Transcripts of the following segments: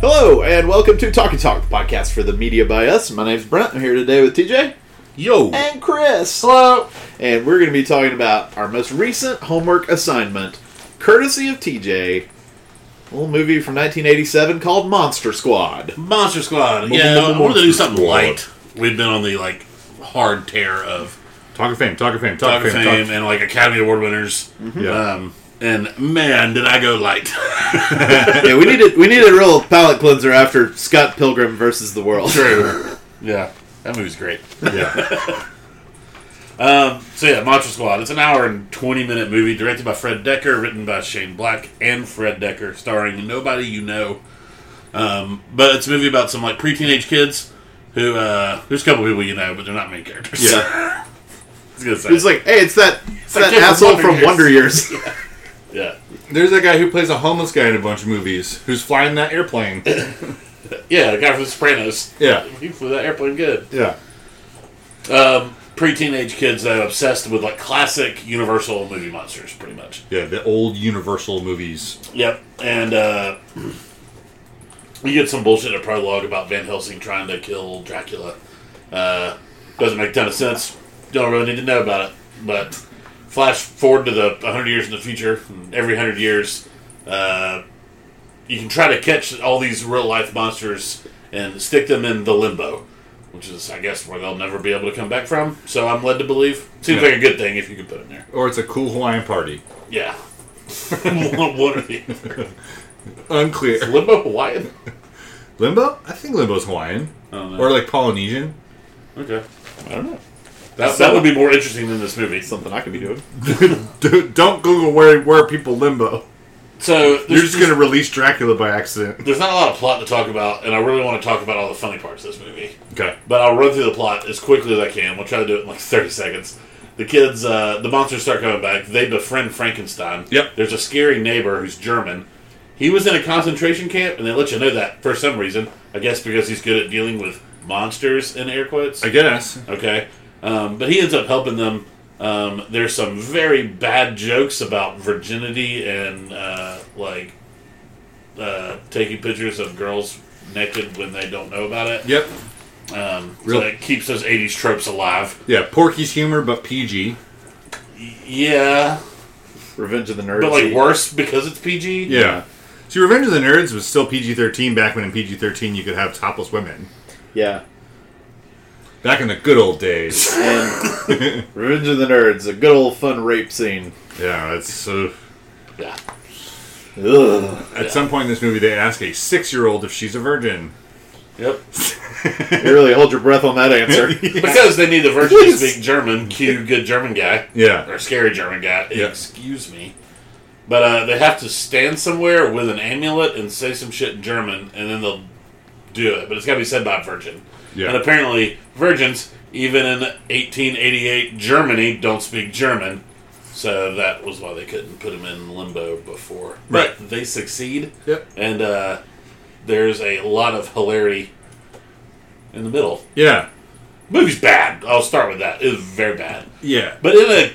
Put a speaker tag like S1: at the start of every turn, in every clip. S1: Hello, and welcome to Talkie Talk, the podcast for the media by us. My name's Brent. I'm here today with TJ
S2: Yo,
S1: and Chris. Hello. And we're going to be talking about our most recent homework assignment, courtesy of TJ, a little movie from 1987 called Monster Squad.
S2: Monster Squad. Yeah, I wanted to do something light. We've been on the like hard tear of
S3: Talk of Fame, Talk of Fame, Uh,
S2: Talk
S3: Talk,
S2: of
S3: of
S2: Fame and like Academy Award winners.
S3: Yeah.
S2: Um, and man, did I go light.
S1: yeah, we needed we need a real palate cleanser after Scott Pilgrim versus the World.
S2: True. yeah, that movie's great.
S3: yeah.
S2: Um, so yeah, Monster Squad. It's an hour and twenty minute movie directed by Fred Decker, written by Shane Black and Fred Decker, starring nobody you know. Um, but it's a movie about some like pre-teenage kids who uh, there's a couple people you know, but they're not main characters.
S3: Yeah.
S2: I was gonna say.
S1: It's like, hey, it's that it's
S2: like
S1: that
S2: kid from
S1: asshole
S2: Wonder
S1: from
S2: Years.
S1: Wonder Years.
S2: yeah.
S3: There's that guy who plays a homeless guy in a bunch of movies who's flying that airplane.
S2: Yeah, the guy from The Sopranos.
S3: Yeah.
S2: He flew that airplane good.
S3: Yeah.
S2: Um, pre-teenage kids though, obsessed with like classic Universal movie monsters, pretty much.
S3: Yeah, the old Universal movies.
S2: Yep. And uh, you get some bullshit in a prologue about Van Helsing trying to kill Dracula. Uh, doesn't make a ton of sense. Don't really need to know about it. But flash forward to the 100 years in the future. and Every 100 years, uh, you can try to catch all these real life monsters and stick them in the limbo, which is, I guess, where they'll never be able to come back from. So I'm led to believe. Seems
S3: Yeah.
S2: like a good thing if you could put it in there.
S3: Or it's a cool Hawaiian party.
S2: Yeah. one, one or the other.
S3: Unclear.
S2: Limbo Hawaiian?
S3: Limbo? I think Limbo's Hawaiian.
S2: Oh, no.
S3: Or like Polynesian.
S2: Okay.
S1: I don't know.
S2: That, that would be more interesting than this movie.
S1: Something I could be doing.
S3: D- Don't Google where, where people limbo.
S2: So
S3: You're
S2: there's,
S3: just going to release Dracula by accident.
S2: there's not a lot of plot to talk about, and I really want to talk about all the funny parts of this movie.
S3: Okay.
S2: But I'll run through the plot as quickly as I can. We'll try to do it in like 30 seconds. The kids, uh, the monsters start coming back. They befriend Frankenstein.
S3: Yep.
S2: There's a scary neighbor who's German. He was in a concentration camp, and they let you know that for some reason. I guess because he's good at dealing with monsters, in air quotes.
S3: I guess.
S2: Okay. Um, but he ends up helping them. Um, there's some very bad jokes about virginity and uh, like uh, taking pictures of girls naked when they don't know about it.
S3: Yep.
S2: Um, so
S3: Real-
S2: that keeps those 80s tropes alive.
S3: Yeah, Porky's humor, but PG.
S2: Yeah.
S1: Revenge of the Nerds.
S2: But like worse because it's PG.
S3: Yeah. See, Revenge of the Nerds was still PG 13 back when in PG 13 you could have topless women.
S1: yeah.
S3: Back in the good old days.
S1: And Revenge of the Nerds, a good old fun rape scene.
S3: yeah, that's. Uh,
S2: Yeah.
S1: Ugh.
S3: At some point in this movie, they ask a six-year-old if she's a virgin.
S2: Yep.
S1: You really hold your breath on that answer.
S2: Because they need the virgin to
S3: Please.
S2: speak German. Cue good German guy.
S3: Yeah,
S2: or scary German guy.
S3: Yeah.
S2: Excuse me. But uh, they have to stand somewhere with an amulet and say some shit in German, and then they'll do it. But it's got to be said by a virgin.
S3: Yeah.
S2: And apparently, virgins, even in 1888 Germany, don't speak German. So that was why they couldn't put him in limbo before.
S3: Right.
S2: But they succeed.
S3: Yep.
S2: And uh, there's a lot of hilarity in the middle.
S3: yeah,
S2: Movie's bad. I'll start with that. It's very bad
S3: yeah.
S2: but in a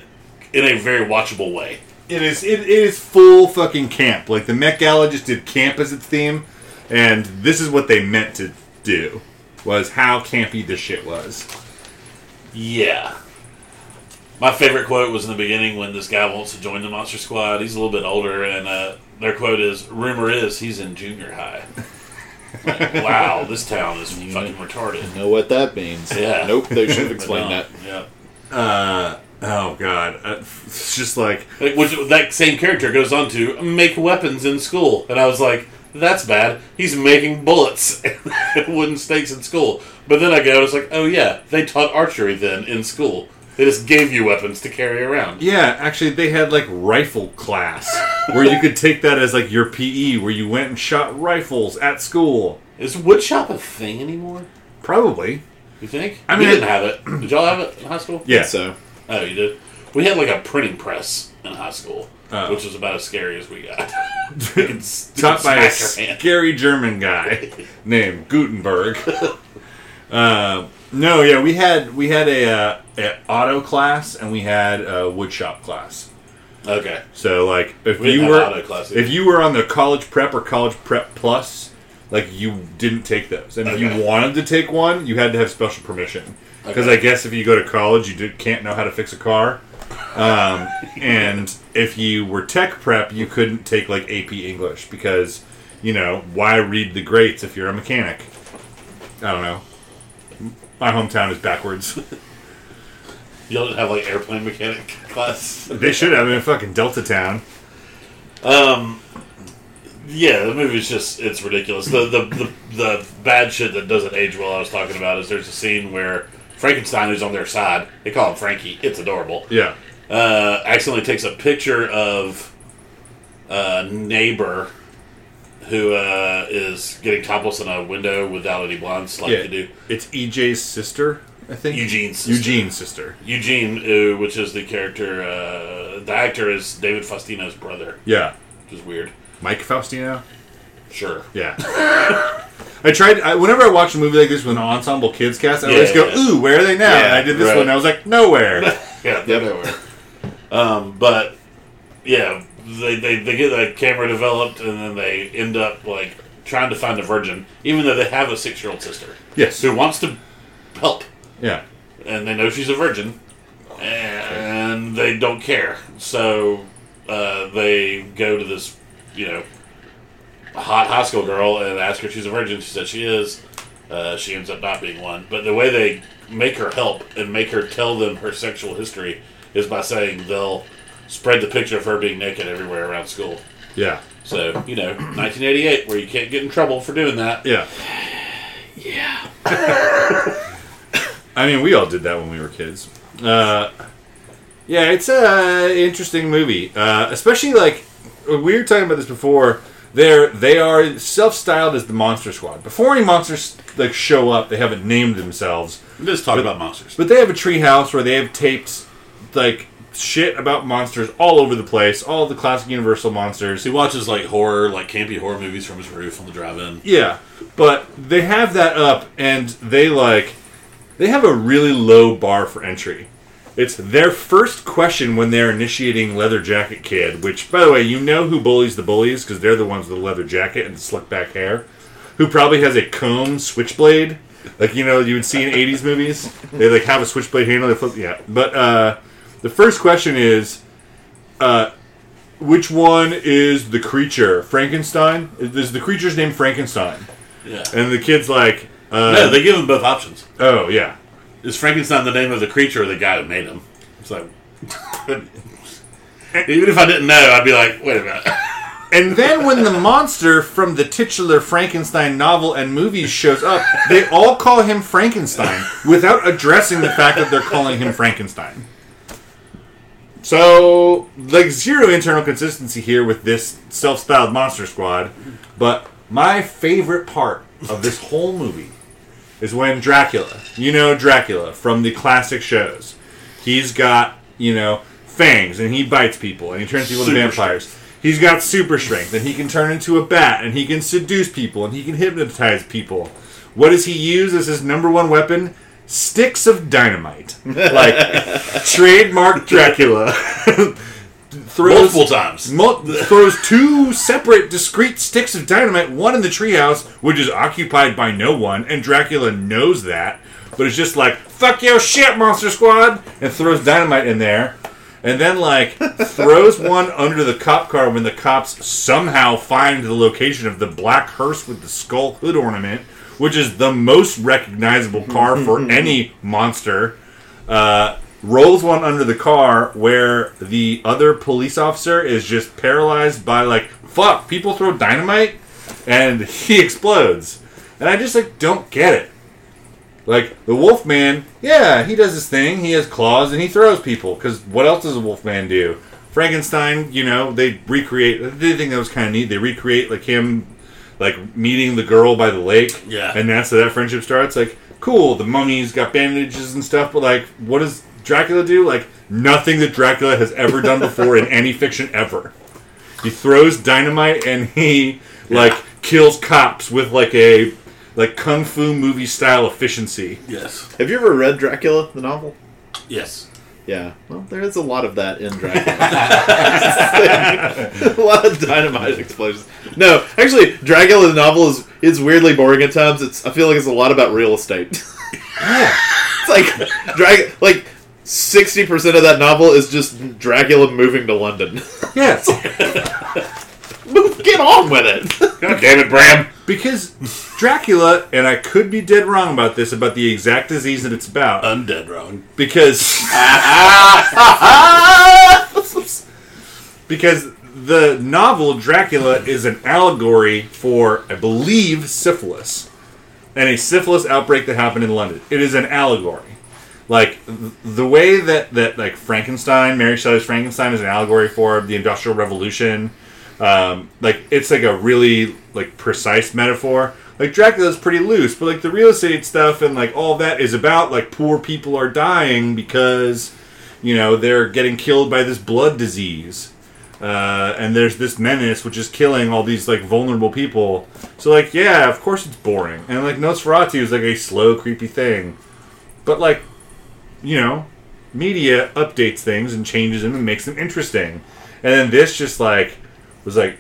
S2: in a very watchable way.
S3: It is it, it is full fucking camp. Like the Met Gala just did camp as its theme, and this is what they meant to do was how campy this shit was.
S2: Yeah. My favorite quote was in the beginning when this guy wants to join the Monster Squad. He's a little bit older, and uh, their quote is, "Rumor is he's in junior high." Like, wow, this town is fucking retarded.
S1: know what that means.
S2: Yeah.
S1: Nope, they should have
S2: But
S1: explained
S2: no,
S1: that.
S2: Yeah.
S3: Uh oh god, Uh, it's just like
S2: Like, Which that same character goes on to make weapons in school, and I was like, "That's bad." He's making bullets, and wooden stakes in school. But then I go, I was like, "Oh yeah, they taught archery then in school. They just gave you weapons to carry around."
S3: Yeah, actually, they had like rifle class where you could take that as like your PE, where you went and shot rifles at school.
S2: Is woodshop a thing anymore?
S3: Probably.
S2: You think?
S3: I
S2: we
S3: mean,
S2: didn't
S3: it-
S2: have it. Did y'all have it in high school?
S3: Yeah.
S1: So,
S2: Oh, you did. We had like a printing press in high school,
S3: Oh.
S2: which was about as scary as we got. you could s- you
S3: Taught
S2: could
S3: by a
S2: smack your hand.
S3: scary German guy named Gutenberg. uh, no, yeah, we had we had a, uh, a auto class and we had a woodshop class.
S2: Okay.
S3: So like if
S2: We didn't
S3: you
S2: have
S3: were
S2: auto class either.
S3: if you were on the college prep or college prep plus, like you didn't take those, and if
S2: Okay.
S3: you wanted to take one, you had to have special permission. Because
S2: Okay.
S3: I guess if you go to college, you did, can't know how to fix a car, um, and if you were tech prep, you couldn't take like AP English because you know why read the greats if you're a mechanic. I don't know. My hometown is backwards.
S2: You don't have like airplane mechanic class.
S3: They should have been in fucking Delta Town.
S2: Um, yeah, the movie's just it's ridiculous. The, the the the bad shit that doesn't age well. I was talking about is there's a scene where Frankenstein who's on their side. They call him Frankie. It's adorable.
S3: Yeah.
S2: Uh, accidentally takes a picture of a neighbor who uh, is getting topless in a window without any blinds like you do.
S3: It's EJ's sister, I think.
S2: Eugene's sister.
S3: Eugene's sister.
S2: Eugene, who, which is the character, uh, the actor is David Faustino's brother,
S3: Yeah.
S2: which is weird.
S3: Mike Faustino.
S2: Sure.
S3: Yeah. I tried. I, whenever I watch a movie like this with an ensemble kids cast, I always
S2: Yeah,
S3: go,
S2: yeah.
S3: "Ooh, where are they now?" and
S2: Yeah,
S3: I did this
S2: right.
S3: one. I was like, "Nowhere."
S2: Yeah,
S1: Yep.
S2: nowhere. um, but yeah, they, they they get the camera developed, and then they end up like trying to find a virgin, even though they have a six year old sister
S3: yes.
S2: who wants to help,
S3: Yeah.
S2: and they know she's a virgin, and they don't care. So uh, they go to this, you know, hot high school girl and ask her if she's a virgin. She says she is. Uh, she ends up not being one. But the way they make her help and make her tell them her sexual history is by saying they'll spread the picture of her being naked everywhere around school.
S3: Yeah.
S2: So, you know, 1988, where you can't get in trouble for doing that.
S3: Yeah.
S1: Yeah.
S3: I mean, we all did that when we were kids. Uh, yeah, it's a interesting movie, uh, especially like we were talking about this before. They're they are self-styled as the Monster Squad. Before any monsters like show up, they haven't named themselves.
S2: Let's talk about monsters.
S3: But they have a treehouse where they have taped like shit about monsters all over the place, all the classic Universal monsters.
S2: He watches like horror, like campy horror movies from his roof on the drive in.
S3: Yeah, but they have that up, and they like they have a really low bar for entry. It's their first question when they're initiating Leather Jacket Kid, which, by the way, you know who bullies the bullies because they're the ones with the leather jacket and the slick back hair, who probably has a comb switchblade, like you know you would see in '80s movies. They like have a switchblade handle. They flip, yeah. But uh, the first question is, which one is the creature? Frankenstein? Is the creature's name Frankenstein?
S2: Yeah.
S3: And the kid's like, uh,
S2: No, they give him both options.
S3: oh, yeah.
S2: Is Frankenstein the name of the creature or the guy who made him? It's like, even if I didn't know, I'd be like, wait a minute.
S3: And then when the monster from the titular Frankenstein novel and movies shows up, they all call him Frankenstein without addressing the fact that they're calling him Frankenstein. So, like, zero internal consistency here with this self styled monster squad. But my favorite part of this whole movie is when Dracula, you know Dracula from the classic shows, he's got, you know, fangs and he bites people and he turns people
S2: Super
S3: into vampires. He's got super strength and he can turn into a bat and he can seduce people and he can hypnotize people. What does he use as his number one weapon? Sticks of dynamite. Like trademark Dracula. throws
S2: Multiple times.
S3: Mul- throws two separate, discrete sticks of dynamite, one in the treehouse, which is occupied by no one, and Dracula knows that, but it's just like, fuck your shit, Monster Squad! And throws dynamite in there, and then, like, throws one under the cop car when the cops somehow find the location of the black hearse with the skull hood ornament, which is the most recognizable car for any monster uh, rolls one under the car where the other police officer is just paralyzed by like fuck people throw dynamite and he explodes and i just like don't get it like the wolfman yeah he does his thing he has claws and he throws people because what else does a wolfman do frankenstein you know they recreate they did think that was kind of neat they recreate like him like meeting the girl by the lake
S2: Yeah.
S3: and that's how that friendship starts like cool the mummy's got bandages and stuff but like what does dracula do like nothing that dracula has ever done before in any fiction ever he throws dynamite and he like kills cops with like a like kung fu movie style efficiency.
S2: Yes.
S1: Have you ever read Dracula, the novel?
S2: Yes.
S1: Yeah. Well, there is a lot of that in Dracula. a lot of dynamite explosions. No, actually, Dracula the novel is it's weirdly boring at times. It's I feel like it's a lot about real estate. it's like Dracula, like sixty percent of that novel is just Dracula moving to London.
S3: Yes,
S1: Get on with it.
S2: God damn it, Bram.
S3: because Dracula, and I could be dead wrong about this, about the exact disease that it's about. uh,
S2: I'm dead wrong.
S3: because because the novel Dracula is an allegory for, I believe, syphilis, and a syphilis outbreak that happened in London. It is an allegory, like th- the way that that like Frankenstein, Mary Shelley's Frankenstein, is an allegory for the Industrial Revolution. Um, like it's like a really like precise metaphor. Like Dracula's pretty loose, but like the real estate stuff and like all that is about like poor people are dying because you know they're getting killed by this blood disease uh, and there's this menace which is killing all these like vulnerable people. So like, yeah, of course it's boring. And like Nosferatu is like a slow, creepy thing, but like, you know, media updates things and changes them and makes them interesting. And then this just like was like,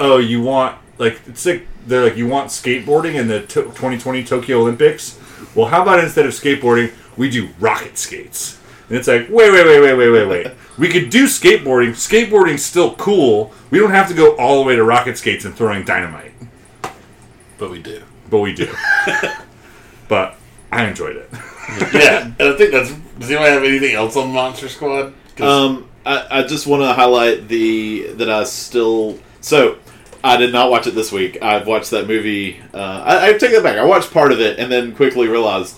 S3: oh, you want like it's like they're like you want skateboarding in the to- 2020 Tokyo Olympics. Well, how about instead of skateboarding, we do rocket skates? And it's like, wait, wait, wait, wait, wait, wait, wait. We could do skateboarding. Skateboarding's still cool. We don't have to go all the way to rocket skates and throwing dynamite,
S2: But we do.
S3: but we do. but I enjoyed it.
S2: yeah, and I think that's. Does anyone have anything else on Monster Squad? 'Cause-
S1: Um, I, I just want to highlight the that I still so I did not watch it this week. I've watched that movie. Uh, I, I take that back. I watched part of it and then quickly realized,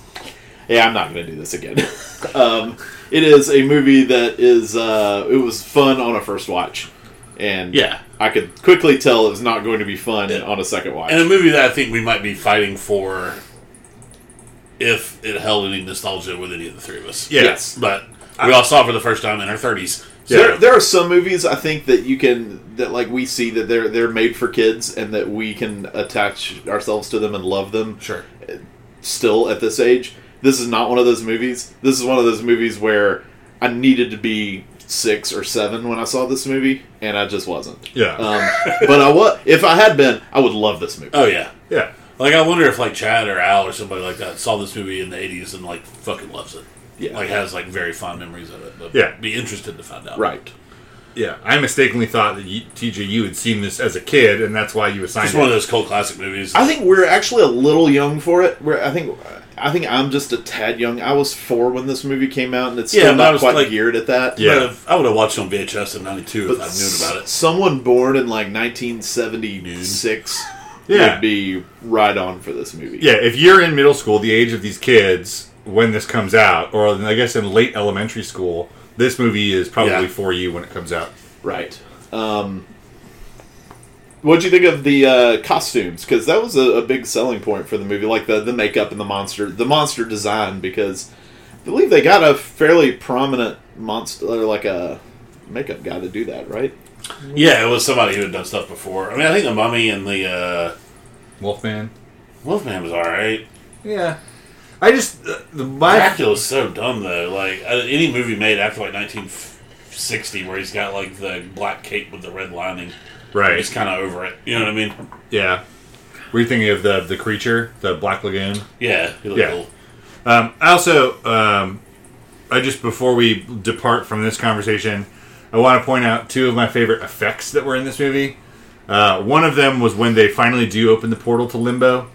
S1: yeah, I'm not going to do this again. um, it is a movie that is uh, it was fun on a first watch, and
S2: Yeah.
S1: I could quickly tell it was not going to be fun
S2: Yeah.
S1: on a second watch.
S2: and a movie that I think we might be fighting for if it held any nostalgia with any of the three of us.
S3: Yeah.
S1: Yes.
S2: But we all saw it for the first time in our 30s.
S1: So
S2: So
S1: There, there are some movies I think that you can that like we see that they're they're made for kids and that we can attach ourselves to them and love them
S2: Sure.
S1: still at this age. This is not one of those movies. This is one of those movies where I needed to be six or seven when I saw this movie, and I just wasn't.
S3: Yeah.
S2: Uh,
S1: Um, but I was. If I had been, I would love this movie.
S2: Oh, yeah.
S3: yeah.
S2: Like, I wonder if, like, Chad or Al or somebody like that saw this movie in the 80s and, like, fucking loves it.
S1: Yeah.
S2: Like, has, like, very fond memories of it. But
S3: Yeah.
S2: Be interested to find out.
S1: Right.
S3: Yeah. I mistakenly thought that you, TJ, you had seen this as a kid, and that's why you assigned
S2: It's one of
S3: it.
S2: those cult classic movies.
S1: I think we're actually a little young for it. We're, I think. I think I'm just a tad young. I was four when this movie came out, and it's still
S2: Yeah, but I
S1: not
S2: was
S1: quite
S2: like-
S1: geared at that.
S3: Yeah.
S2: But if- I would have watched it on VHS in 92 if
S1: But
S2: I'd known about it.
S1: Someone born in like 1976
S3: Yeah.
S1: would be right on for this movie.
S3: Yeah, if you're in middle school, the age of these kids when this comes out, or I guess in late elementary school, this movie is probably
S2: Yeah.
S3: for you when it comes out.
S1: Right. Um, what'd you think of the uh, costumes? Because that was a, a big selling point for the movie, like the the makeup and the monster, the monster design. Because I believe they got a fairly prominent monster, or like a makeup guy to do that, right?
S2: Yeah, it was somebody who had done stuff before. I mean, I think the Mummy and the uh,
S3: Wolfman.
S2: Wolfman was all right.
S3: Yeah, I just uh, the my
S2: Dracula's so dumb though. Like uh, any movie made after like 1960, where he's got like the black cape with the red lining, I'm just
S3: right.
S2: kind of over it. You know what I mean?
S3: Yeah, were you thinking of the the creature, the Black Lagoon?
S2: Yeah. he looked
S3: Yeah.
S2: cool.
S3: Um, I also, um, I just before we depart from this conversation, I want to point out two of my favorite effects that were in this movie. Uh, one of them was when they finally do open the portal to Limbo,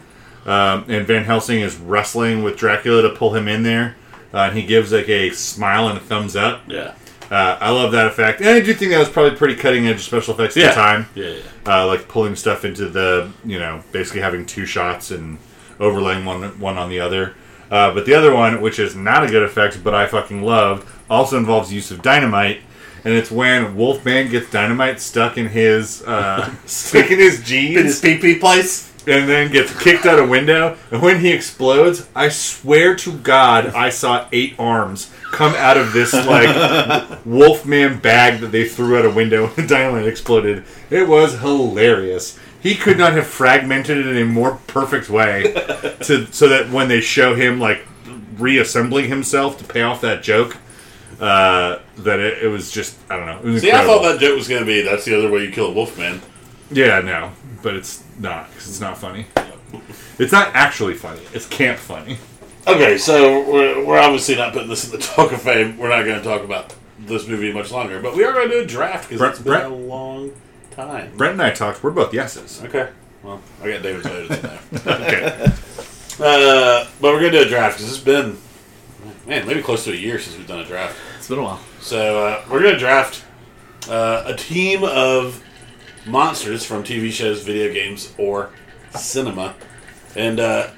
S3: um, and Van Helsing is wrestling with Dracula to pull him in there. Uh, and he gives like a smile and a thumbs up.
S2: Yeah.
S3: Uh, I love that effect, and I do think that was probably pretty cutting edge special effects at
S2: Yeah.
S3: the time
S2: Yeah. yeah.
S3: uh, like pulling stuff into the you know basically having two shots and overlaying one one on the other. Uh, but the other one, which is not a good effect, but I fucking loved, also involves use of dynamite, and it's when Wolfman gets dynamite stuck in his uh, stuck in his
S2: In
S3: jeans,
S2: his PP place.
S3: and then gets kicked out a window. And when he explodes, I swear to God, I saw eight arms come out of this like Wolfman bag that they threw out a window and the dynamite exploded. It was hilarious. He could not have fragmented it in a more perfect way, to so that when they show him like reassembling himself to pay off that joke, Uh, that it, it was just I don't know. It was
S2: See, I
S3: incredible.
S2: thought that joke was going to be that's the other way you kill a wolf man.
S3: Yeah, no, but it's not 'cause it's not funny. It's not actually funny. It's camp funny.
S2: Okay, so we're, we're obviously not putting this in the Talk of Fame. We're not going to talk about this movie much longer, but we are going to do a draft because
S3: Brett-
S2: it's been
S3: Brett?
S2: a long time.
S3: Brent and I talked. We're both yeses.
S2: Okay. Well, I got David later than that.
S3: Okay.
S2: Uh, but we're going to do a draft because it's been, man, maybe close to a year since we've done a draft.
S1: It's been a while.
S2: So uh, we're going to draft uh, a team of monsters from TV shows, video games, or cinema, and uh,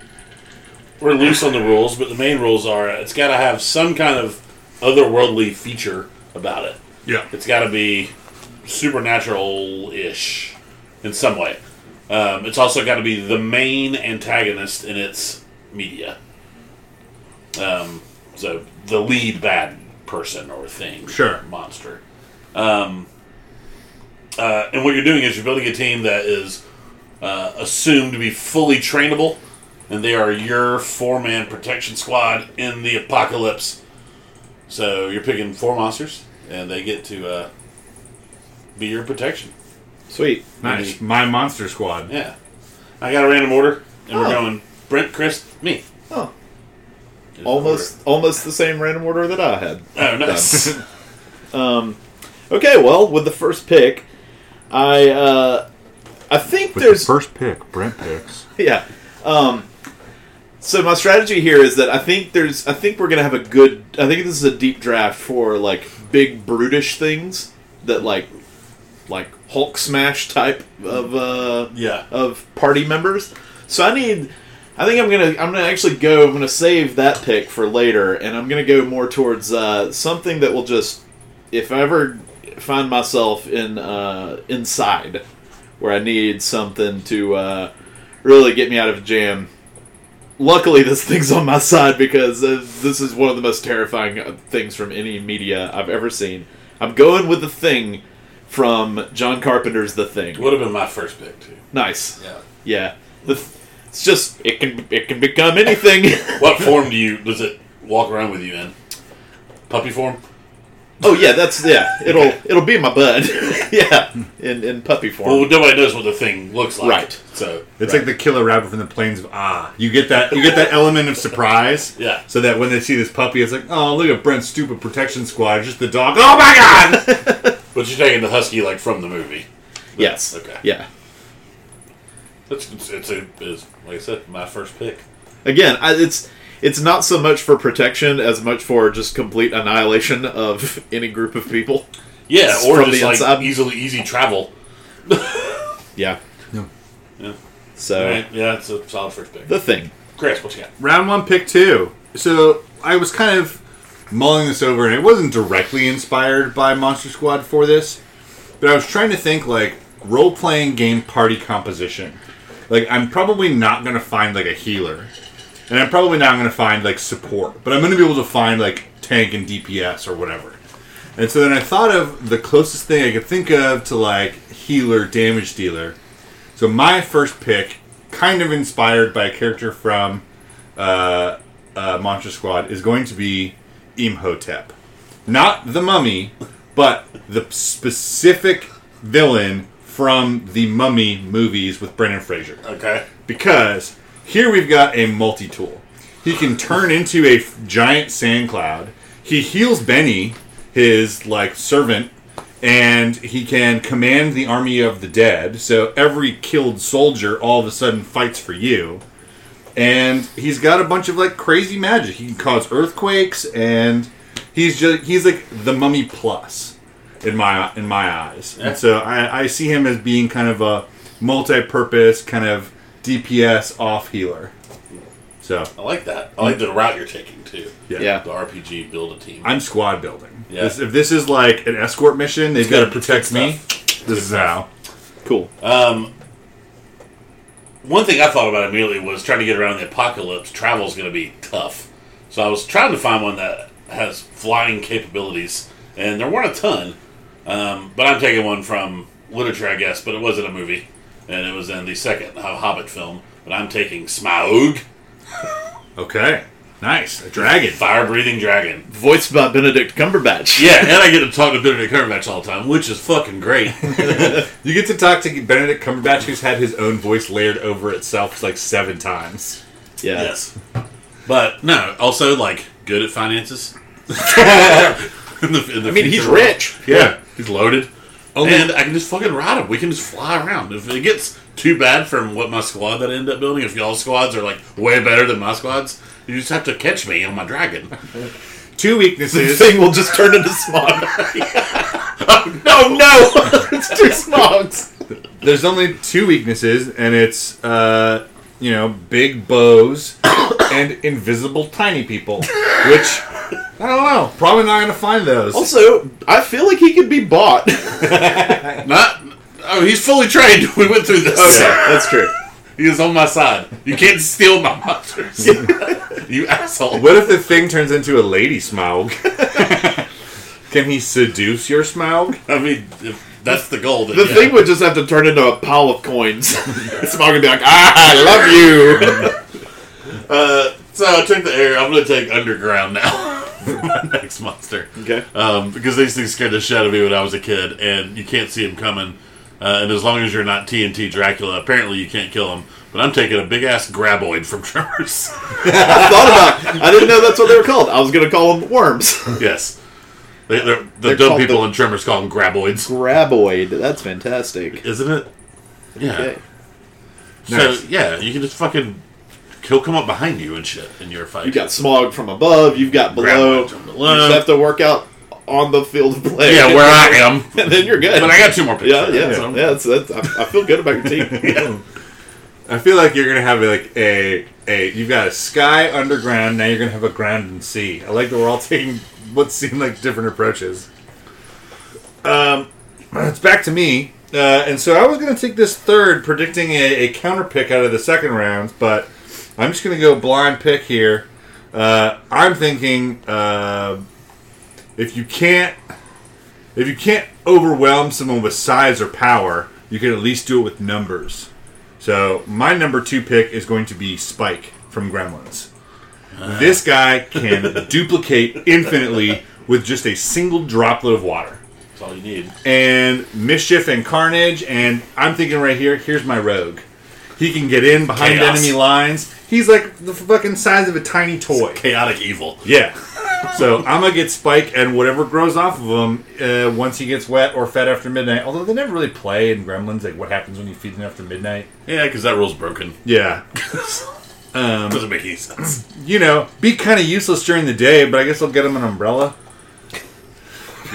S2: we're loose on the rules. But the main rules are uh, it's got to have some kind of otherworldly feature about it.
S3: yeah.
S2: It's got to be supernatural-ish in some way. Um, it's also got to be the main antagonist in its media. Um, so the lead bad person or thing,
S3: Sure.
S2: monster. Um, uh, and what you're doing is you're building a team that is uh, assumed to be fully trainable, and they are your four-man protection squad in the apocalypse. So you're picking four monsters, and they get to uh, be your protection.
S1: Sweet.
S3: Nice. My monster squad.
S2: Yeah. I got a random order, and
S1: Oh.
S2: we're going Brent, Chris, me.
S1: Oh, almost almost the same random order that I had.
S2: Oh, nice.
S1: Okay, well, with the first pick, I uh, I think
S3: With
S1: there's
S3: the first pick, Brent picks.
S1: yeah. Um, so my strategy here is that I think there's I think we're gonna have a good I think this is a deep draft for like big brutish things that like like Hulk smash type of uh,
S2: Yeah.
S1: of party members. So I need. I think I'm gonna. I'm gonna actually go. I'm gonna save that pick for later, and I'm gonna go more towards uh, something that will just. If I ever find myself in uh, inside, where I need something to uh, really get me out of a jam. Luckily, this thing's on my side because uh, this is one of the most terrifying uh, things from any media I've ever seen. I'm going with the thing from John Carpenter's The Thing.
S2: Would have been my first pick, too.
S1: Nice.
S2: Yeah.
S1: Yeah, the th- it's just it can it can become anything.
S2: What form do you, does it walk around with you in? Puppy form?
S1: oh yeah, that's yeah. It'll it'll be my bud. yeah, in in puppy form.
S2: Well, nobody knows what the thing looks like.
S1: Right.
S2: So,
S3: It's like the killer rabbit from the plains of Ah. You get that. You get that element of surprise.
S2: Yeah.
S3: So that when they see this puppy, it's like, oh, look at Brent's stupid protection squad. It's just the dog. Oh my god.
S2: but you're taking the husky, like, from the movie.
S1: yes.
S2: Okay.
S1: Yeah.
S2: That's, it's, it's, a, it's, like I said, my first pick.
S1: Again, I, it's it's not so much for protection as much for just complete annihilation of any group of people.
S2: Yeah,
S1: It's
S2: or
S1: from
S2: just,
S1: the
S2: like,
S1: inside.
S2: easily, easy travel.
S1: Yeah.
S3: No.
S2: Yeah.
S1: So
S2: Right? Yeah, it's a solid first pick.
S1: Uh-huh. the thing.
S2: Chris, what you got?
S3: Round one, pick two. So I was kind of mulling this over, and it wasn't directly inspired by Monster Squad for this, but I was trying to think like role playing game party composition. Like I'm probably not gonna find like a healer, and I'm probably not gonna find like support, but I'm gonna be able to find like tank and DPS or whatever. And so then I thought of the closest thing I could think of to like healer, damage dealer. So my first pick, kind of inspired by a character from uh, uh, Monster Squad, is going to be Imhotep, not the Mummy, but the specific villain from the Mummy movies with Brendan Fraser
S2: Okay.
S3: because here we've got a multi tool. He can turn into a f- giant sand cloud. He heals Benny, his like servant, and he can command the army of the dead. So every killed soldier all of a sudden fights for you. And he's got a bunch of like crazy magic. He can cause earthquakes, and he's just he's like the mummy plus in my in my eyes.
S2: Yeah.
S3: And so I, I see him as being kind of a multi-purpose kind of DPS off healer. So
S2: I like that. I like the route you're taking, too.
S3: yeah,
S1: Yeah.
S2: The RPG build a team.
S3: I'm squad building.
S2: Yeah.
S3: This, if this is like an escort mission, they've got
S2: gotta
S3: to protect
S2: be
S3: me.
S2: good
S3: This is how.
S1: Cool.
S2: Um, one thing I thought about immediately was trying to get around the apocalypse. Travel's going to be tough, so I was trying to find one that has flying capabilities, and there weren't a ton. Um, but I'm taking one from literature, I guess, but it wasn't a movie, and it was in the second Hobbit film. But I'm taking Smaug.
S3: Okay. Nice. A dragon.
S2: Fire breathing dragon.
S1: Voiced by Benedict Cumberbatch.
S2: Yeah, and I get to talk to Benedict Cumberbatch all the time, which is fucking great.
S3: You get to talk to Benedict Cumberbatch, who's had his own voice layered over itself like seven times.
S1: Yeah.
S2: yes. But no, also like good at finances. in the, in the
S1: I mean, he's
S2: future.
S1: rich.
S2: Yeah, he's loaded.
S3: Only-
S2: and I can just fucking ride him. We can just fly around. If it gets too bad from what my squad that I end up building, if y'all squads are like way better than my squads, you just have to catch me on my dragon.
S3: Two
S1: The
S3: weaknesses.
S1: thing will just turn into smog. oh, no, no! it's two smogs.
S3: There's only two weaknesses, and it's uh, you know big bows and invisible tiny people, which I don't know. Probably not gonna find those.
S1: Also, I feel like he could be bought.
S2: Not. Oh, he's fully trained. We went through this.
S1: that's true.
S2: He is on my side. You can't steal my monsters. you asshole.
S3: what if the thing turns into a lady Smaug? Can he seduce your Smaug?
S2: I mean, if that's the goal. Then,
S1: The
S2: yeah.
S1: thing would just have to turn into a pile of coins. smog would be like, ah, I love you.
S2: Uh, so I took the air. I'm going to take underground now. for my next monster.
S1: okay.
S2: Um, because these things scared the shit out of me when I was a kid, and you can't see them coming. Uh, and as long as you're not TNT Dracula, apparently you can't kill them. But I'm taking a big ass graboid from Tremors.
S1: I thought about it. I didn't know that's what they were called. I was going to call them worms.
S2: yes. They, they're, the
S1: They're
S2: dumb
S1: called
S2: people
S1: the-
S2: in Tremors call them graboids.
S1: Graboid. That's fantastic.
S2: Isn't it? Yeah.
S1: Okay.
S3: Nice.
S2: So yeah, you can just fucking he'll come up behind you and shit in your fight.
S1: You've got smog from above. You've got below.
S2: Graboid from
S1: You
S2: below.
S1: just have to work out on the field of play.
S2: yeah, where I am.
S1: and then you're good.
S2: But I got two more picks.
S1: yeah, yeah,
S2: So-
S1: yeah. That's, that's, I, I feel good about your team.
S3: I feel like you're gonna have like a a you've got a sky underground. Now you're gonna have a ground and sea. I like that we're all taking what seem like different approaches. Um, it's back to me, uh, and so I was gonna take this third, predicting a, a counter pick out of the second round, but I'm just gonna go blind pick here. Uh, I'm thinking uh, if you can't if you can't overwhelm someone with size or power, you can at least do it with numbers. So my number two pick is going to be Spike from Gremlins. This guy can duplicate infinitely with just a single droplet of water.
S2: That's all you need.
S3: And mischief and carnage, and I'm thinking right here, here's my rogue. He can get in behind
S2: Chaos.
S3: enemy lines. He's like the fucking size of a tiny toy.
S2: Chaotic evil.
S3: Yeah. So I'm gonna get Spike and whatever grows off of him uh, once he gets wet or fed after midnight. Although they never really play in Gremlins like what happens when you feed them after midnight.
S2: Yeah, because that rule's broken.
S3: Yeah,
S2: Doesn't make any sense.
S3: you know, be kind of useless during the day, but I guess I'll get him an umbrella.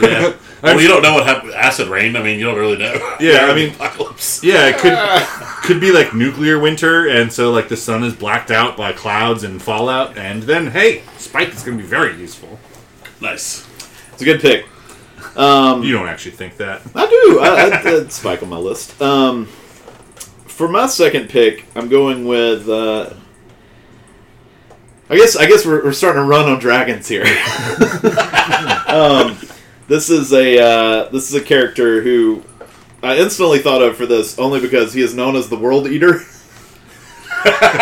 S2: Yeah. well, you don't know what happened. Acid rain. I mean, you don't really know.
S3: Yeah, I mean-
S2: apocalypse.
S3: Yeah, it could could be like nuclear winter, and so like the sun is blacked out by clouds and fallout, and then hey, Spike is gonna be very useful.
S2: Nice.
S1: It's a good pick.
S3: You don't actually think that.
S1: I do. I, I, I Spike on my list. Um, for my second pick, I'm going with. Uh, I guess I guess we're, we're starting to run on dragons here. um, this is a uh, this is a character who I instantly thought of for this only because he is known as the World Eater.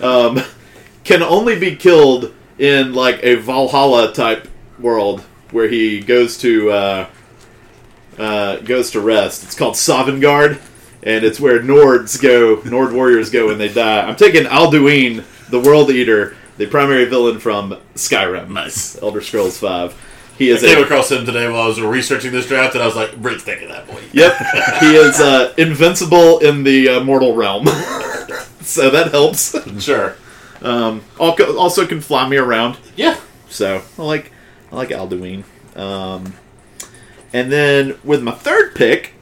S1: um, can only be killed in like a Valhalla type world where he goes to uh, uh, goes to rest. It's called Sovngarde, and it's where Nords go, Nord warriors go when they die. I'm taking Alduin, the World Eater, the primary villain from Skyrim,
S2: Nice.
S1: Elder Scrolls Five. He is
S2: Came
S1: a
S2: across him today while I was researching this draft, and I was like, Britt's thinking that boy.
S1: yep. He is uh, invincible in the uh, mortal realm, so that helps.
S2: Sure.
S1: Al- Also can fly me around.
S2: Yeah.
S1: So I like I like Alduin. Um, and then with my third pick,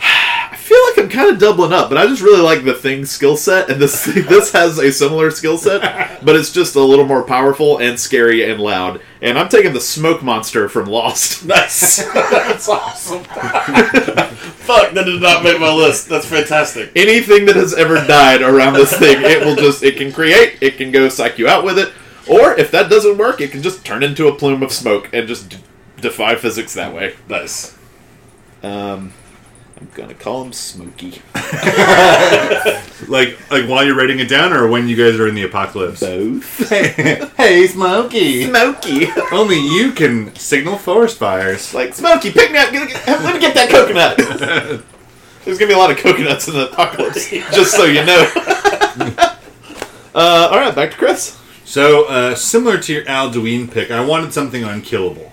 S1: I feel like I'm kind of doubling up, but I just really like the thing skill set, and this this has a similar skill set, but it's just a little more powerful and scary and loud. And I'm taking the smoke monster from Lost.
S2: Nice. That's awesome. Fuck, that did not make my list. That's fantastic.
S1: Anything that has ever died around this thing, it will just it can create, it can go psych you out with it, or if that doesn't work, it can just turn into a plume of smoke and just d- defy physics that way.
S2: Nice.
S1: Um, I'm gonna call him Smokey.
S3: Like like while you're writing it down, or when you guys are in the apocalypse.
S1: Both.
S3: hey, Smokey!
S1: Smokey.
S3: Only you can signal forest fires.
S1: like, Smokey, pick me up. Get, get, let me get that coconut. There's going to be a lot of coconuts in the apocalypse, just so you know. uh, all right, back to Chris.
S3: So uh, similar to your Al Dween pick, I wanted something unkillable.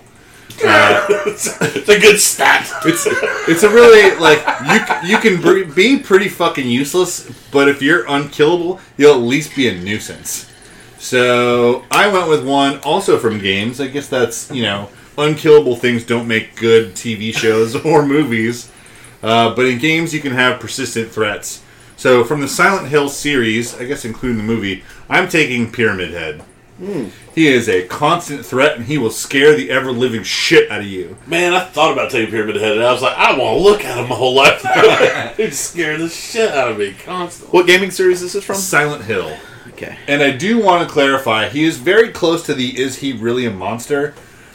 S2: it's, it's a good stat.
S3: It's it's a really like you c- you can br- be pretty fucking useless, but if you're unkillable, you'll at least be a nuisance. So I went with one also from games. I guess that's you know unkillable things don't make good TV shows or movies, uh, but in games you can have persistent threats. So from the Silent Hill series, I guess including the movie, I'm taking Pyramid Head. He is a constant threat, and he will scare the ever living shit out of you.
S2: Man, I thought about taking Pyramid Head, and I was like, I want to look at him my whole life. it scared the shit out of me constantly.
S1: What gaming series is this from?
S3: Silent Hill.
S1: Okay.
S3: And I do want to clarify, he is very close to the is he really a monster?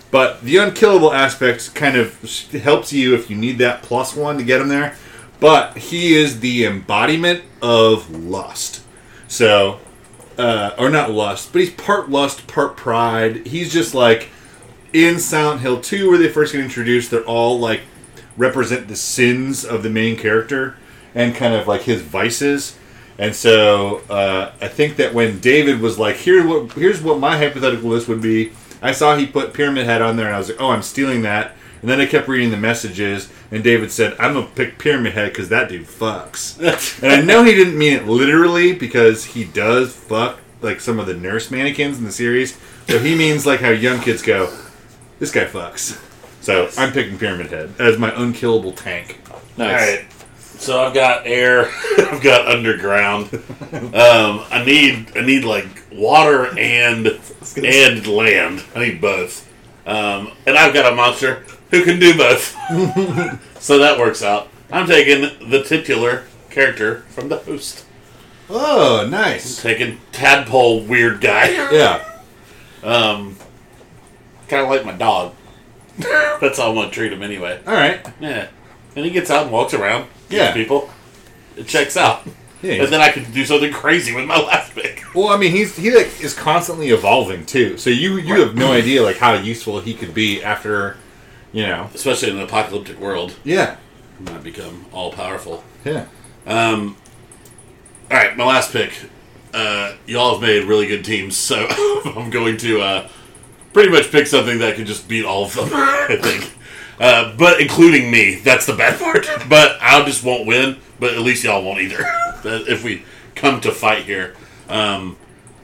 S3: But the unkillable aspect kind of helps you if you need that plus one to get him there. But he is the embodiment of lust. So, uh, or not lust, but he's part lust, part pride. He's just like in Silent Hill 2, where they first get introduced, they're all like represent the sins of the main character and kind of like his vices. And so uh, I think that when David was like, "Here, what, here's what my hypothetical list would be," I saw he put Pyramid Head on there, and I was like, "Oh, I'm stealing that." And then I kept reading the messages, and David said, "I'm gonna pick Pyramid Head because that dude fucks." and I know he didn't mean it literally because he does fuck like some of the nurse mannequins in the series. So he means like how young kids go, "This guy fucks." So I'm picking Pyramid Head as my unkillable tank.
S1: Nice.
S2: All right. So I've got air. I've got underground. Um, I need I need like water and and land. I need both. Um, and I've got a monster who can do both. so that works out. I'm taking the titular character from the host.
S3: Oh, nice.
S2: Taking tadpole weird guy.
S3: Yeah.
S2: Um, kind of like my dog. That's how I'm gonna treat him anyway.
S3: All right.
S2: Yeah. And he gets out and walks around. gives
S3: Yeah.
S2: People. It checks out.
S3: Yeah,
S2: and then I can do something crazy with my last pick.
S3: Well, I mean, he's he like is constantly evolving too. So you you have no idea like how useful he could be after, you know.
S2: Especially in an apocalyptic world.
S3: Yeah.
S2: I might become all powerful.
S3: Yeah.
S2: All right, my last pick. Uh, y'all have made really good teams, so I'm going to uh, pretty much pick something that can just beat all of them. I think, uh, but including me. That's the bad part. But I just won't win. But at least y'all won't either. That- if we come to fight here, um,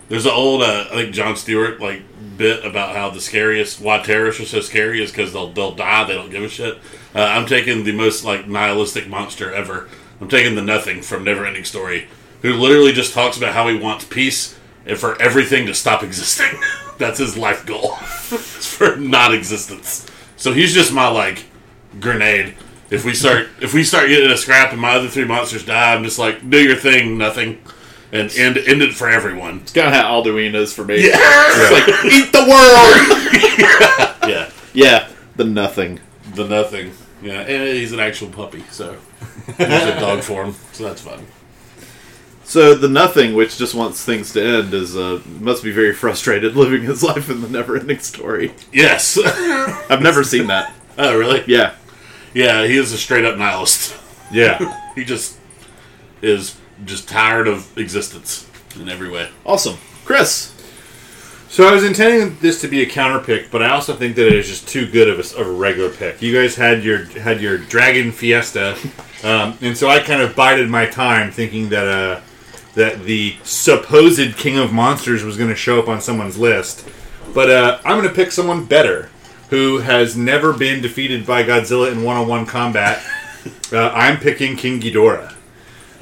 S2: there's an old uh, I think John Stewart like bit about how the scariest why terrorists are so scary is because they'll they'll die. They don't give a shit. Uh, I'm taking the most like nihilistic monster ever. I'm taking the nothing from Neverending Story, who literally just talks about how he wants peace and for everything to stop existing. That's his life goal. it's for non-existence. So he's just my like grenade. If we start if we start getting a scrap and my other three monsters die, I'm just like do your thing, nothing, and end end it for everyone.
S1: It's kind of how Alduin is for me.
S2: Yeah.
S1: It's like, eat the world!
S2: yeah.
S1: yeah, the nothing.
S2: The nothing. Yeah, and he's an actual puppy, so he's a dog form, so that's fun.
S1: So the nothing, which just wants things to end, is uh, must be very frustrated living his life in the never-ending story.
S2: Yes.
S1: I've never seen that.
S2: oh, really?
S1: Yeah,
S2: Yeah, he is a straight up nihilist.
S3: Yeah.
S2: He just is just tired of existence in every way.
S1: awesome, Chris.
S3: so I was intending this to be a counter pick, but I also think that it is just too good of a, s- of a regular pick. You guys had your had your Dragon Fiesta, um, and so I kind of bided my time, thinking that uh, that the supposed King of Monsters was going to show up on someone's list. But uh, I'm going to pick someone better who has never been defeated by Godzilla in one-on-one combat. Uh, I'm picking King Ghidorah.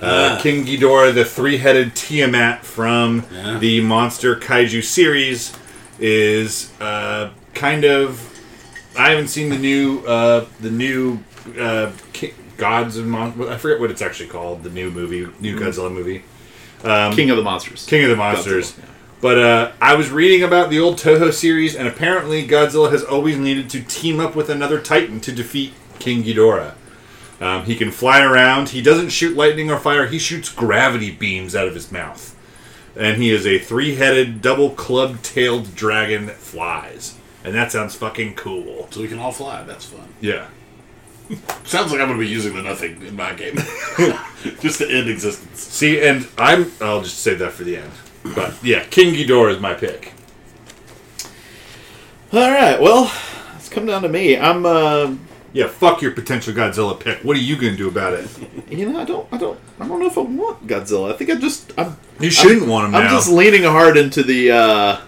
S3: Uh, King Ghidorah, the three-headed Tiamat from
S2: Yeah.
S3: the monster kaiju series, is uh, kind of. I haven't seen the new uh, the new uh, Ki- Gods and Mon- I forget what it's actually called. The new movie, new Godzilla movie.
S1: King of the monsters.
S3: Um, King of the Monsters.
S1: Godzilla,
S3: But uh, I was reading about the old Toho series, and apparently Godzilla has always needed to team up with another Titan to defeat King Ghidorah. Um, he can fly around. He doesn't shoot lightning or fire. He shoots gravity beams out of his mouth. And he is a three headed, double club tailed dragon that flies. And that sounds fucking cool.
S2: So we can all fly. That's fun.
S3: Yeah.
S2: Sounds like I'm going to be using the nothing in my game. Just to end existence.
S3: See, and I'm. I'll just save that for the end. But yeah, King Ghidorah is my pick.
S1: All right. Well, it's come down to me. I'm. Uh,
S3: Yeah, fuck your potential Godzilla pick. What are you gonna do about it?
S1: you know, I don't. I don't. I don't know if I want Godzilla. I think I just. I'm.
S3: You shouldn't want him
S1: I'm
S3: now.
S1: just leaning hard into the uh,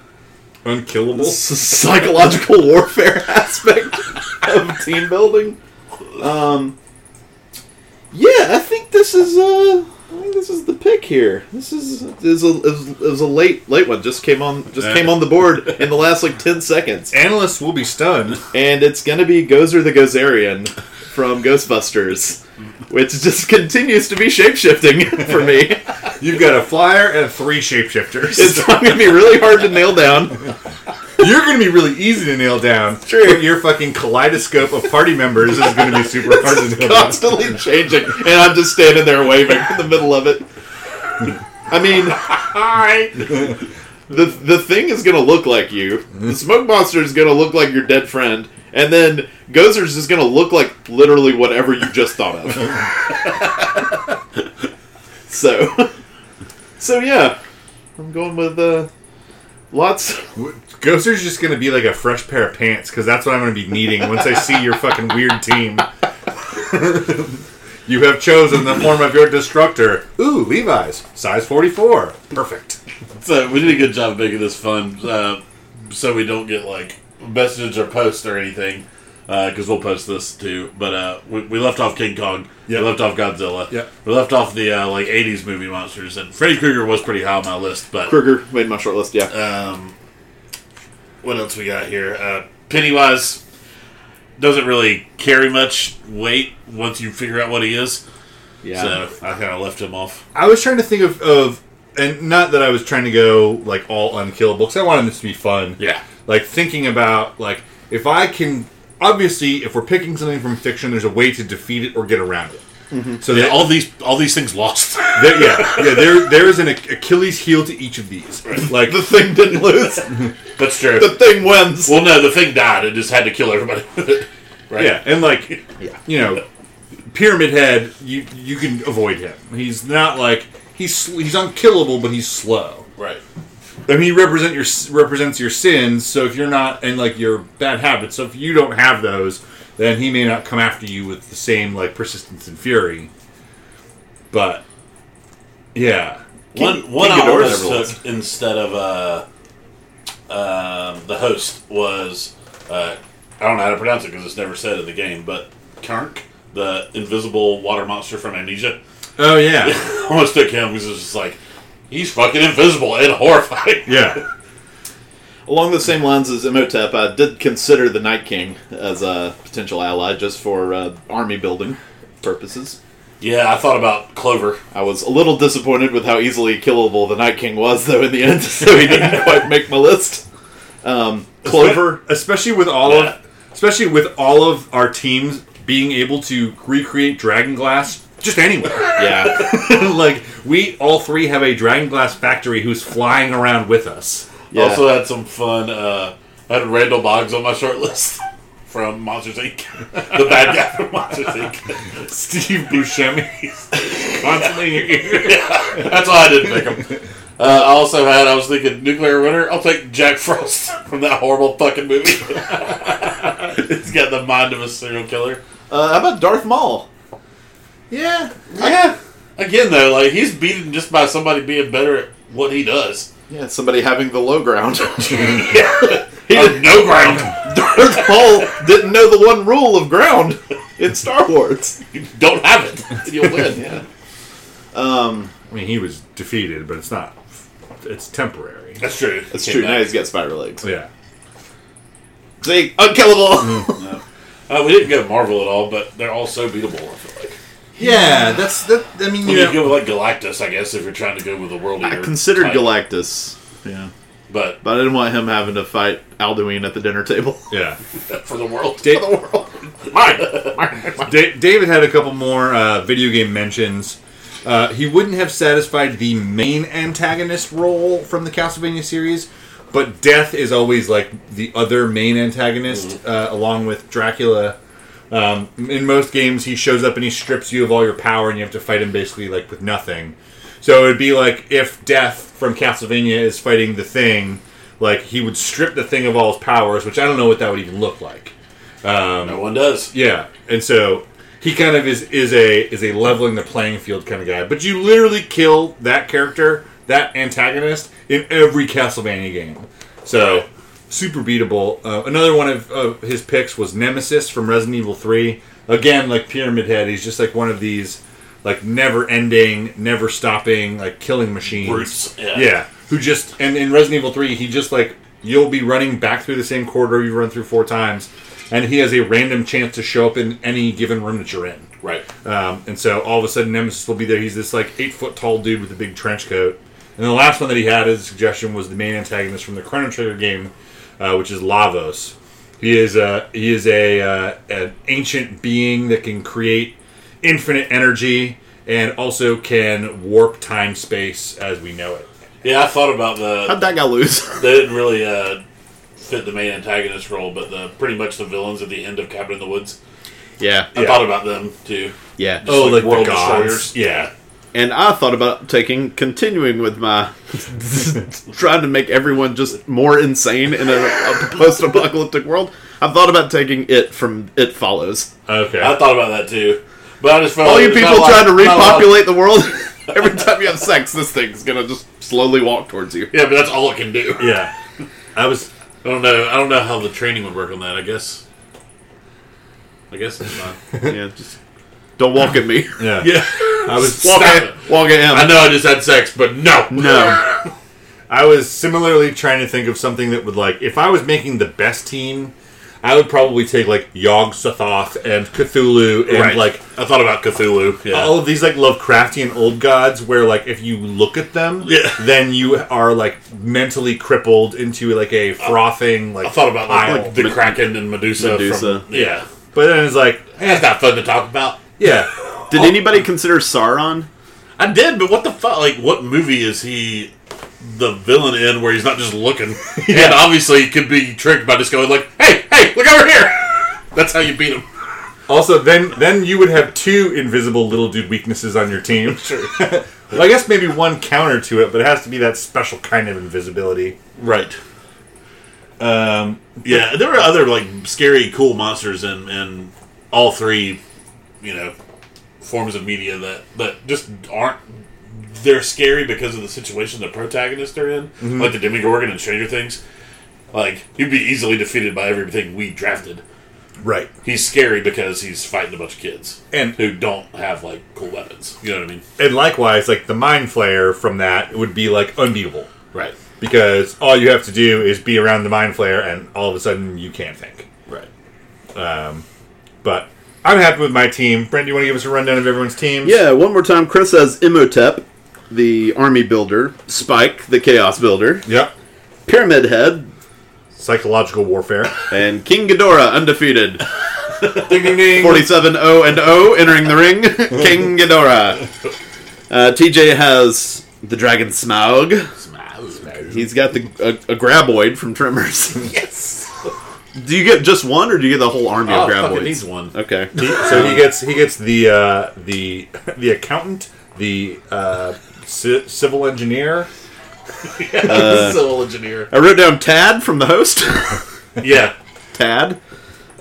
S3: Unkillable.
S1: s- psychological warfare aspect of team building. Um. Yeah, I think this is. Uh, I think this is the pick here. This is is a is, is a late late one. Just came on just came on the board in the last like ten seconds.
S3: Analysts will be stunned.
S1: and it's gonna be Gozer the Gozerian from Ghostbusters, which just continues to be shapeshifting for me.
S3: You've got a flyer and three shapeshifters.
S1: It's gonna be really hard to nail down.
S3: You're gonna be really easy to nail down.
S1: True.
S3: But your fucking kaleidoscope of party members is gonna be super hard to nail down.
S1: Constantly changing, and I'm just standing there waving in the middle of it. I mean, the the thing is gonna look like you. The smoke monster is gonna look like your dead friend, and then Gozer's is gonna look like literally whatever you just thought of. so, so yeah, I'm going with uh, lots.
S3: Ghoster's just gonna be like a fresh pair of pants because that's what I'm gonna be needing once I see your fucking weird team. you have chosen the form of your destructor. Ooh, Levi's, size 44, perfect.
S2: So we did a good job of making this fun, uh, so we don't get like messages or posts or anything, because we'll post this too. But uh, we, we left off King Kong,
S3: Yeah.
S2: we left off Godzilla,
S3: Yeah.
S2: we left off the uh, like '80s movie monsters, and Freddy Krueger was pretty high on my list. But
S1: Kruger made my short list. Yeah,
S2: um, what else we got here? Uh, Pennywise doesn't really carry much weight once you figure out what he is,
S1: yeah.
S2: so I kind of left him off.
S3: I was trying to think of, of, and not that I was trying to go like all unkillable because I wanted this to be fun.
S2: Yeah.
S3: like thinking about like if I can obviously if we're picking something from fiction, there's a way to defeat it or get around it. So
S2: Mm-hmm. Yeah,
S3: that
S2: all these all these things lost.
S3: there, yeah, yeah. There, there is an Ach- Achilles heel to each of these. Like,
S1: the thing didn't lose.
S2: That's true.
S1: The thing wins.
S2: Well, no, the thing died. It just had to kill everybody. right?
S3: yeah, and like,
S1: Yeah.
S3: you know, Pyramid Head, you you can avoid him. He's not like he's sl- he's unkillable, but he's slow.
S2: Right.
S3: I mean, he represent your represents your sins. So if you're not and like your bad habits, so if you don't have those, then he may not come after you with the same like persistence and fury. But yeah,
S2: one one
S1: King
S2: I
S1: Ghidorah
S2: almost
S1: never
S2: took instead of uh, um, the host was uh, I don't know how to pronounce it because it's never said in the game, but Karnk, the invisible water monster from Amnesia.
S3: oh yeah,
S2: I almost took him because it was just like he's fucking invisible and horrifying.
S3: yeah.
S1: Along the same lines as Imhotep, I did consider the Night King as a potential ally just for uh, army building purposes.
S2: Yeah, I thought about Clover.
S1: I was a little disappointed with how easily killable the Night King was, though, in the end, so he didn't quite make my list. Um, Clover,
S3: Clover, especially with all
S2: Yeah.
S3: of, especially with all of our teams being able to recreate Dragon Glass just anywhere.
S1: yeah,
S3: like we all three have a Dragon Glass factory who's flying around with us.
S1: yeah.
S2: Also had some fun. Uh, I had Randall Boggs on my short list from Monsters Inc. the bad guy from Monsters Inc.
S3: Steve Buscemi, constantly in your ear.
S2: yeah, that's why I didn't pick him. Uh, I also had. I was thinking nuclear winter. I'll take Jack Frost from that horrible fucking movie. He's got the mind of a serial killer.
S1: Uh, how about Darth Maul?
S3: Yeah,
S2: Yeah. Again, though, like he's beaten just by somebody being better at what he does.
S1: Yeah, somebody having the low ground. Uh,
S2: Yeah. he had no ground.
S1: Darth Maul didn't know the one rule of ground in Star Wars.
S2: You don't have it. You'll win.
S1: Yeah. Um,
S3: I mean he was defeated, but it's not. It's temporary.
S2: That's true.
S1: that's
S2: Came
S1: true.
S2: back.
S1: Now he's got spider legs.
S3: Yeah.
S1: See, unkillable.
S3: Mm.
S2: Uh, we didn't go Marvel at all, but they're all so beatable. I feel like.
S3: Yeah, that's that. I mean,
S2: You could go with like Galactus, I guess, if you're trying to go with a world.
S1: I considered Galactus. Yeah.
S2: but
S1: But I didn't want him having to fight Alduin at the dinner table.
S3: yeah.
S2: for the world.
S3: Did-
S1: the world.
S2: Mine. Mine. Mine.
S3: Da- David had a couple more uh, video game mentions. Uh, he wouldn't have satisfied the main antagonist role from the Castlevania series, but Death is always like the other main antagonist,
S2: Mm-hmm.
S3: uh, along with Dracula. Um, in most games, he shows up and he strips you of all your power, and you have to fight him basically like with nothing. So it would be like if Death from Castlevania is fighting the Thing, like he would strip the Thing of all his powers, which I don't know what that would even look like.
S2: No one does.
S3: Yeah, and so he kind of is is a is a leveling the playing field kind of guy. But you literally kill that character, that antagonist, in every Castlevania game. So super beatable. Uh, another one of, of his picks was Nemesis from Resident Evil Three. Again, like Pyramid Head, he's just like one of these like never ending, never stopping, like killing machines.
S2: Brutes, yeah.
S3: yeah. Who just and in Resident Evil Three, he just like you'll be running back through the same corridor you run through four times, and he has a random chance to show up in any given room that you're in.
S2: Right.
S3: Um, and so all of a sudden, Nemesis will be there. He's this like eight foot tall dude with a big trench coat. And the last one that he had as a suggestion was the main antagonist from the Chrono Trigger game, uh, which is Lavos. He is a he is a uh, an ancient being that can create infinite energy and also can warp time space as we know it.
S2: Yeah, I thought about the.
S1: How'd that guy lose?
S2: They didn't really uh, fit the main antagonist role, but the pretty much the villains at the end of Cabin in the Woods.
S1: yeah,
S2: I
S3: Yeah.
S2: thought about them too.
S1: yeah.
S2: Oh, like world destroyers.
S3: Yeah,
S1: And I thought about taking continuing with my trying to make everyone just more insane in a, a post-apocalyptic world. I thought about taking it from It Follows.
S3: okay.
S2: I thought about that too, but I just felt
S1: All
S2: like
S1: you
S2: it's Oh, not
S1: people
S2: a lot-
S1: trying to
S2: not a lot-
S1: repopulate the world. Every time you have sex, this thing's gonna just slowly walk towards you.
S2: Yeah, but that's all it can do.
S3: yeah, I was
S2: I don't know. I don't know how the training would work on that. I guess. I guess it's fine.
S1: Yeah, just don't walk at me.
S3: yeah,
S2: yeah.
S3: I was
S1: Walk
S2: Stop
S1: at, walk at him.
S2: I know I just had sex, but no.
S1: No.
S3: I was similarly trying to think of something that would like if I was making the best team, I would probably take like Yog Sothoth and Cthulhu and
S2: Right.
S3: like
S2: I thought about Cthulhu. Yeah.
S3: all of these like Lovecraftian old gods where like if you look at them,
S2: Yeah.
S3: then you are like mentally crippled into like a frothing like
S2: I thought about
S3: pile.
S2: like, the Kraken and Medusa.
S1: Medusa.
S2: From, yeah.
S3: but then it's like
S2: That's not fun to talk about.
S3: yeah.
S1: Did anybody consider Sauron?
S2: I did, but what the fuck? Like, what movie is he the villain in where he's not just looking? And obviously, he could be tricked by just going like, "Hey, hey, look over here." That's how you beat him.
S3: Also, then then you would have two invisible little dude weaknesses on your team. Sure. well, I guess maybe one counter to it, but it has to be that special kind of invisibility.
S2: Right. Um. Yeah, there were other like scary, cool monsters in in all three, you know, forms of media that that just aren't. They're scary because of the situation the protagonists are in, like the Demigorgon and Stranger Things. Like you'd be easily defeated by everything we drafted.
S3: Right.
S2: He's scary because he's fighting a bunch of kids
S3: And-
S2: who don't have like cool weapons. You know what I mean?
S3: And likewise, like the mind flayer from that would be like unbeatable
S2: Right.
S3: because all you have to do is be around the mind flayer, and all of a sudden you can't think.
S2: Right.
S3: But I'm happy with my team. Brent, do you want to give us a rundown of everyone's teams?
S1: Yeah, one more time. Chris has Imhotep, the army builder, Spike, the chaos builder,
S3: Yep.
S1: Pyramid Head,
S3: Psychological warfare.
S1: and King Ghidorah undefeated.
S3: ding ding ding.
S1: 47 0 and 0 entering the ring. King Ghidorah. Uh, TJ has the dragon Smaug. He's got the a, a graboid from Tremors.
S2: Yes.
S1: do you get just one, or do you get the whole army
S2: Oh,
S1: of graboids?
S2: fucking needs one.
S1: Okay.
S3: So he gets he gets the uh, the the accountant, the uh, ci- civil engineer.
S2: Civil engineer.
S1: I wrote down Tad from the host.
S2: Yeah.
S1: Tad.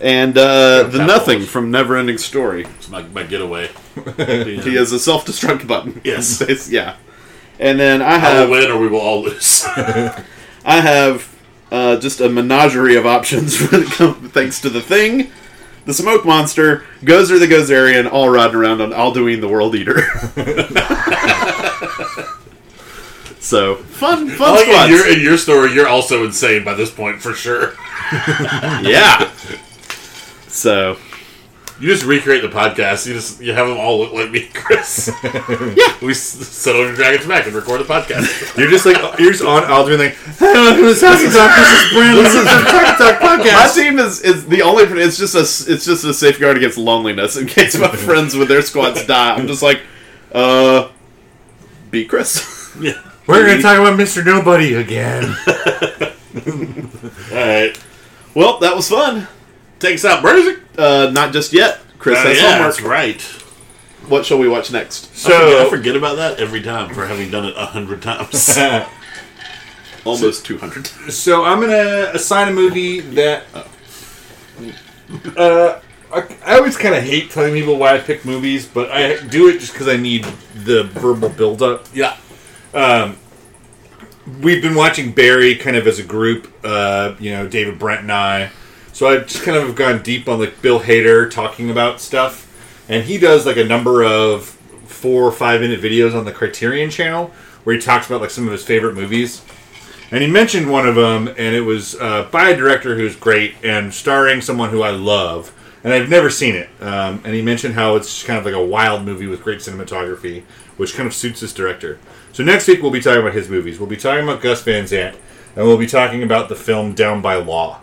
S1: And uh, the
S2: Tad
S1: nothing
S2: Walsh.
S1: from Neverending Story.
S2: It's my, my getaway.
S1: He has a self-destruct button.
S2: Yes.
S1: Bas- yeah. And then I
S2: I will
S1: have
S2: win or we will all lose.
S1: I have uh, just a menagerie of options when it comes thanks to the thing, the smoke monster, Gozer the Gozerian, all riding around on Alduin the World Eater. so fun, fun
S2: like in
S1: squads.
S2: your, in your story, you're also insane by this point for sure.
S1: yeah. So
S2: You just recreate the podcast. You just you have them all look like me, and Chris. yeah, we s- sit on Dragon's back and record the podcast.
S3: You're just like you're just on Aldrin like, hey, welcome to Sassy Talk. This is Brandon. This is the Talk Talk
S1: My
S3: podcast.
S1: team is, is the only. It's just a it's just a safeguard against loneliness in case my friends with their squads die. I'm just like, uh, be Chris.
S2: yeah.
S3: We're gonna talk about Mr. Nobody again.
S2: All right.
S1: well, that was fun.
S2: Take us out, Bruce.
S1: Uh, not just yet. Chris
S2: Uh,
S1: has
S2: yeah, that's
S1: homework.
S2: right.
S1: What shall we watch next?
S2: I
S3: So
S2: forget about that every time for having done it a hundred times.
S1: Almost 200.
S3: so I'm gonna assign a movie that. Uh, I, I always kind of hate telling people why I pick movies, but I do it just because I need the verbal buildup.
S2: yeah.
S3: we've been watching Barry kind of as a group, uh, you know, David Brent and I. So I just kind of have gone deep on like Bill Hader talking about stuff, and he does like a number of four or five minute videos on the Criterion Channel where he talks about like some of his favorite movies. And he mentioned one of them, and it was uh, by a director who's great and starring someone who I love, and I've never seen it. Um, and he mentioned how it's just kind of like a wild movie with great cinematography, which kind of suits this director. So next week we'll be talking about his movies. We'll be talking about Gus Van Sant, and we'll be talking about the film Down by Law,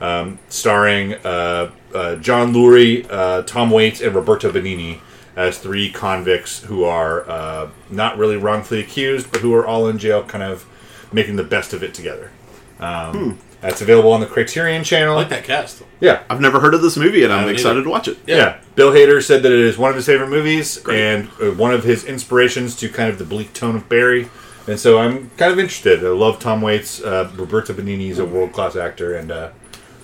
S3: um, starring uh, uh, John Lurie, uh, Tom Waits, and Roberto Benigni as three convicts who are uh, not really wrongfully accused, but who are all in jail, kind of making the best of it together. Um, That's available on the Criterion Channel.
S2: Hmm. I like that cast.
S3: Yeah.
S1: I've never heard of this movie, and I'm
S2: haven't
S1: excited
S2: either.
S1: to watch it.
S3: Yeah. Bill Hader said that it is one of his favorite movies and uh, one of his inspirations to kind of the bleak tone of Barry. And so I'm kind of interested. I love Tom Waits. Uh, Roberto Benigni is a world class actor, and uh,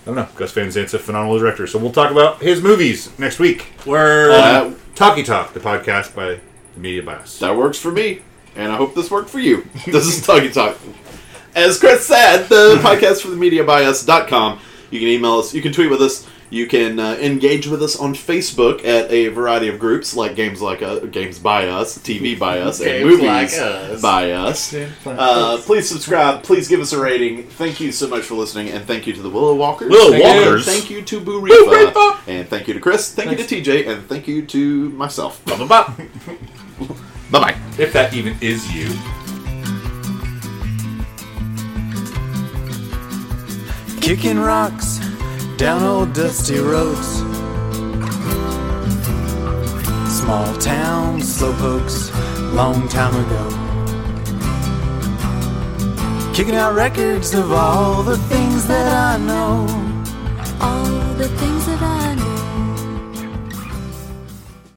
S3: I don't know. Gus Van Sant's a phenomenal director. So we'll talk about his movies next week.
S2: Where
S1: Uh,
S3: Talkie Talk, the podcast by the Media Bias.
S1: That works for me, and I hope this worked for you. This is Talkie Talk. As Chris said, the podcast for the mediabias.com. You can email us, you can tweet with us, you can uh, engage with us on Facebook at a variety of groups like Games Like Us, Games By Us, TV By Us, and
S2: Games
S1: Movies
S2: Like Us.
S1: By Us. Uh, please subscribe, please give us a rating. Thank you so much for listening, and thank you to the Willow Walkers.
S2: Willow
S1: Thank you-
S2: Walkers.
S1: Thank you to Boo
S2: Reefa.
S1: Reefa. And thank you to Chris. Thank you to TJ, and thank you to myself.
S2: Bop, bop, bop.
S1: Bye bye.
S3: If that even is you.
S4: kicking rocks down old dusty roads. Small town slowpokes, long time ago. Kicking out records of all the things that I know.
S5: all the things that I